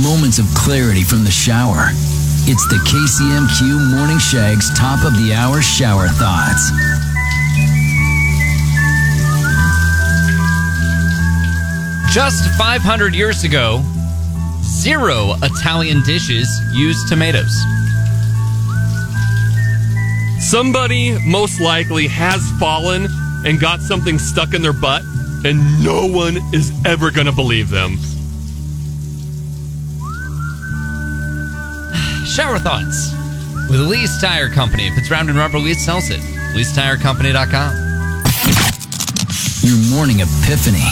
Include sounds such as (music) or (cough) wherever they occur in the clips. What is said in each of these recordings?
Moments of clarity from the shower. It's the KCMQ Morning Shag's top of the hour shower thoughts. Just 500 years ago, zero Italian dishes used tomatoes. Somebody most likely has fallen and got something stuck in their butt, and no one is ever going to believe them. (sighs) Shower thoughts with Lee's Tire Company. If it's round and rubber, Lee's sells it. Lee'sTireCompany.com. Your morning epiphany.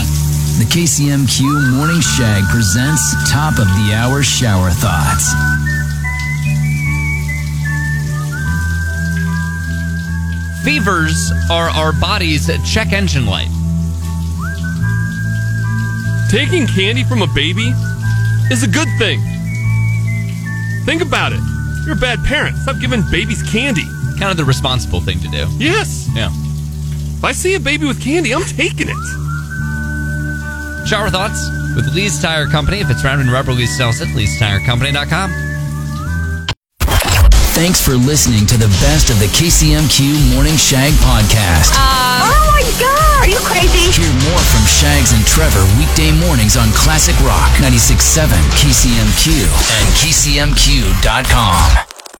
The KCMQ Morning Shag presents top of the hour shower thoughts. Fevers are our body's check engine light. Taking candy from a baby is a good thing. Think about it. You're a bad parent. Stop giving babies candy. Kind of the responsible thing to do. Yes. Yeah. If I see a baby with candy, I'm taking it. Shower thoughts with Lee's Tire Company. If it's round and rubber, Lee's sells it. Lee'sTireCompany.com. Thanks for listening to the best of the KCMQ Morning Shag podcast. oh my god! Are you crazy? Hear more from Shags and Trevor weekday mornings on Classic Rock 96.7 KCMQ and KCMQ.com.